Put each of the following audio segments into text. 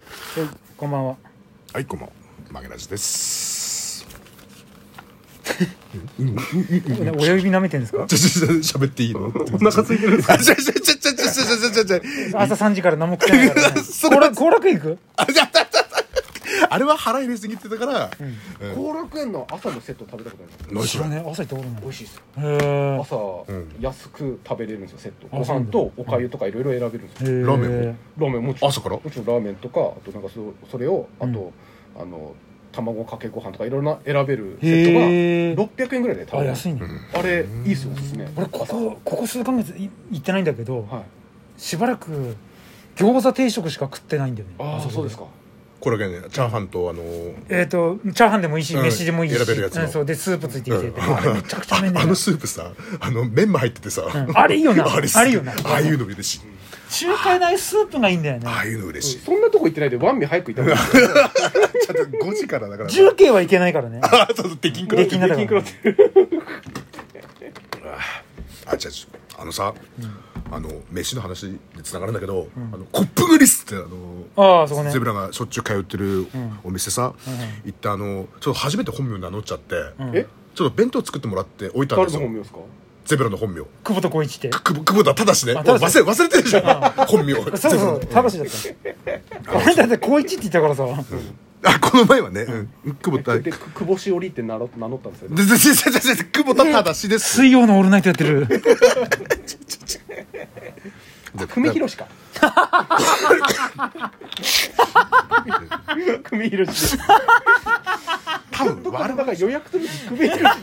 はい、こんばんは。はい、こんばんは。マゲラジです。親指舐めてんですかちょちょちょ喋っていいの？お腹空いてるんですあ、ちょちょちょちょちょちょちょちょちょ。朝3時から何も食ってないからね。 それ行楽行楽行くあちょちょちょちょあれは腹入れすぎてたから。後楽園の朝のセット食べたことありますノイ知シらロねえ、朝行ったことない美。味しいですよへー朝、ん安く食べれるんですよセットあご飯とおかゆとかいろいろ選べるんですへよーラーメンもラーメンもちろん朝からもちろんラーメンとかあとなんかそそれをあと、あの卵かけご飯とかいろんな選べるセッへトーが600円ぐらいで食べあ、れる安いね。あれいいっすよおすすめ俺、ここ、ここ数ヶ月い行ってないんだけど、はいしばらく餃子定食しか食ってないんだよね。ああそこそうですかこれがね、チャーハンとあのえっと、チャーハンでもいいし、うん飯でもいいし。選べるやつのうんそう。で、スープついてきてて。うんあれめちゃくちゃうめえんだあよのな。スープさ、あのメンマ入っててさう。んあれいいよな。あれあれいいよな。ああいうの嬉しい。中華街スープがいいんだよね。ああいうの嬉しい。そんなとこ行ってないでワンミ早く行った方がいいちょっと5時からだから。重慶はいけないからね。あ、そうそう、できんくらできんなかキンクロらっ。てあ、じゃあ、あのさ、あの、飯の話で繋がるんだけど、あの、コップグリスって、あの、ああ、そこねゼ。ブラがしょっちゅう通ってるお店さ、行って、あの、ちょっと初めて本名名乗っちゃって、んえちょっと弁当作ってもらって置いたん誰ですのよ本。名ですかゼブラの本名。久保田光一って。久保久保田ただしね。あ忘たれ、だし忘れてるでしょ。本名。そうゼブラそのう、ただしだった。俺だって高一って言ったからさ。あ、この前はね、うん久保田。でで、で、く久保しおりって名乗名乗ったんですよねで、で、で、で久保田ただしです。水曜のオールナイトやってる。久米宏か久米宏です多分あれ悪だから予約取る時久米宏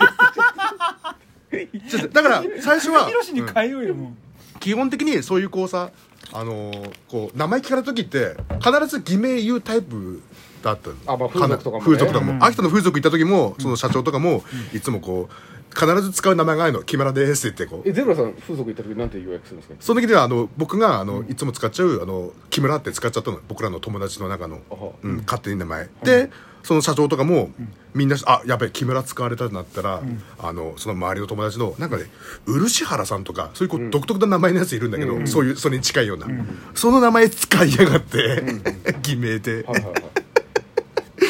ですいちょっとだから、最初は。広しに変えようよ、も基本的にそういうこうさあのーこう名前聞かれた時って必ず偽名言うタイプだったのあまあ風俗と風俗とかかもねも、うん秋田の風俗行った時もその社長とかも、いつもこう必ず使う名前がないの「木村です」って言ってこえうゼブラさん風俗行った時なんて予約するんですかその時にはあの僕があの、いつも使っちゃうあの「木村」って使っちゃったの僕らの友達の中の、あはうん、勝手に名前、でその社長とかも、みんなあやべえ木村使われたってなったら、あのその周りの友達のなんかね漆原さんとかそういうこう独特な名前のやついるんだけど、そういうそれに近いような、その名前使いやがって、偽名で、はいはいはい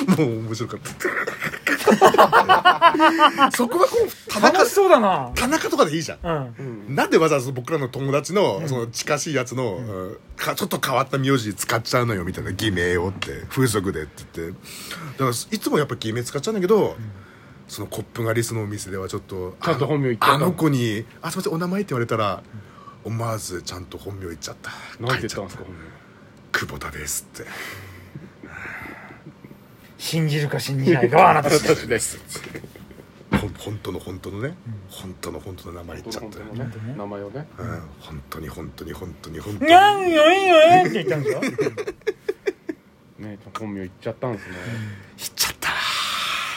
もう面白かった そこはこう田う。中楽しそうだな。田中とかでいいじゃんうん。なんでわざわざ僕らの友達のその近しいやつの、うんかちょっと変わった名字使っちゃうのよみたいな偽名をって風俗でって言ってだからいつもやっぱ偽名使っちゃうんだけど、そのコップがリスのお店ではちょっとちゃんと本名言っちゃあうののあの子に「あすいませんお名前」って言われたら思わずちゃんと本名言っちゃったなん書いて言っちゃたんですか本名久保田です」って信じるか信じないかはあなた次「私 です」ほん本当の本当のね、本当の本当の名前言っちゃっ本て当のねね名前をねうん、本当に本当に本当に本当にゃんよいよえんって言ったんですよ。ね本名言っちゃったんですね言っちゃった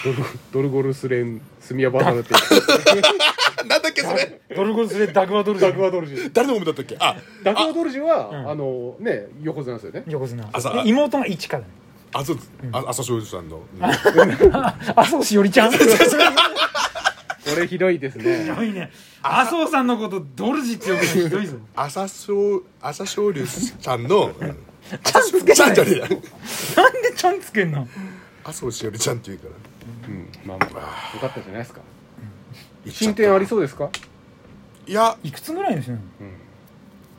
ドルドルゴルスレンスミヤバーナって言ってなんだっけそれドルゴスでダグワドルジダグワドルジュ誰のもだったっけあダグワドルジュはんあのね横綱ですよね横綱。朝で妹が一からね。あそうですあ朝青龍さんの、麻生しおりちゃん。ひこれひどいですねどいね。麻生さんのことドルジって呼ぶのひどいぞ。朝青朝青龍さんのちゃんつけちゃんじゃねえやなんでちゃんつけんの麻生しおりちゃんって言うからうんまあまあよかったじゃないですか言っちゃ進った展ありそうですかいやいくつぐらいの人なの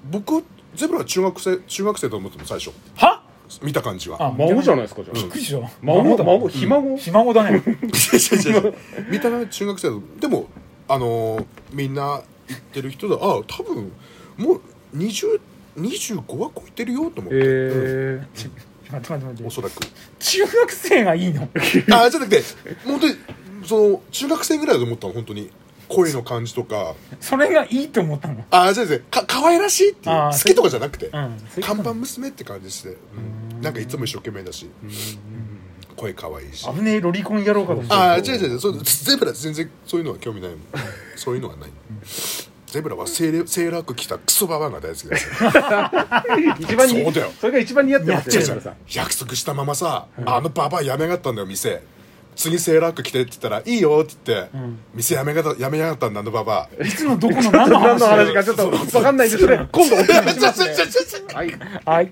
僕ゼブラは中学生中学生と思っても最初は見た感じはあ 孫じゃないですかじゃあびっくりした。孫だ孫ひ孫ひ孫だね。違う違う違う見た目は中学生だとでもあのーみんな言ってる人だあ多分もう20 25は超えてるよと思って、ええ待って待って待っおて。そらく中学生がいいのあじゃなくて本当にその中学生ぐらいだと思ったの本当に声の感じとかそれがいいと思ったのあじゃあですねか可愛らしいっていうあー好きとかじゃなくて、うん看板娘って感じして、うんなんかいつも一生懸命だし、声可愛いし危ねえロリコン野郎かと思ったああ違う違う違うそうゼブラ全然そういうのは興味ないもんそういうのはないゼブラはセーラセーラー服着たクソババアが大好きだから一番にそうだよそれが一番似合ってます違うよ違ねう約束したままさ、あのババアやめやがったんだよ店次セーラー服着てって言ったら「いいよ」って言って、店やめがたやめやがったんだあのババアいつのどこの何の何話のだよ 話かちょっと分かんないですね今度お聞きしますねちょちょちょちょはいはい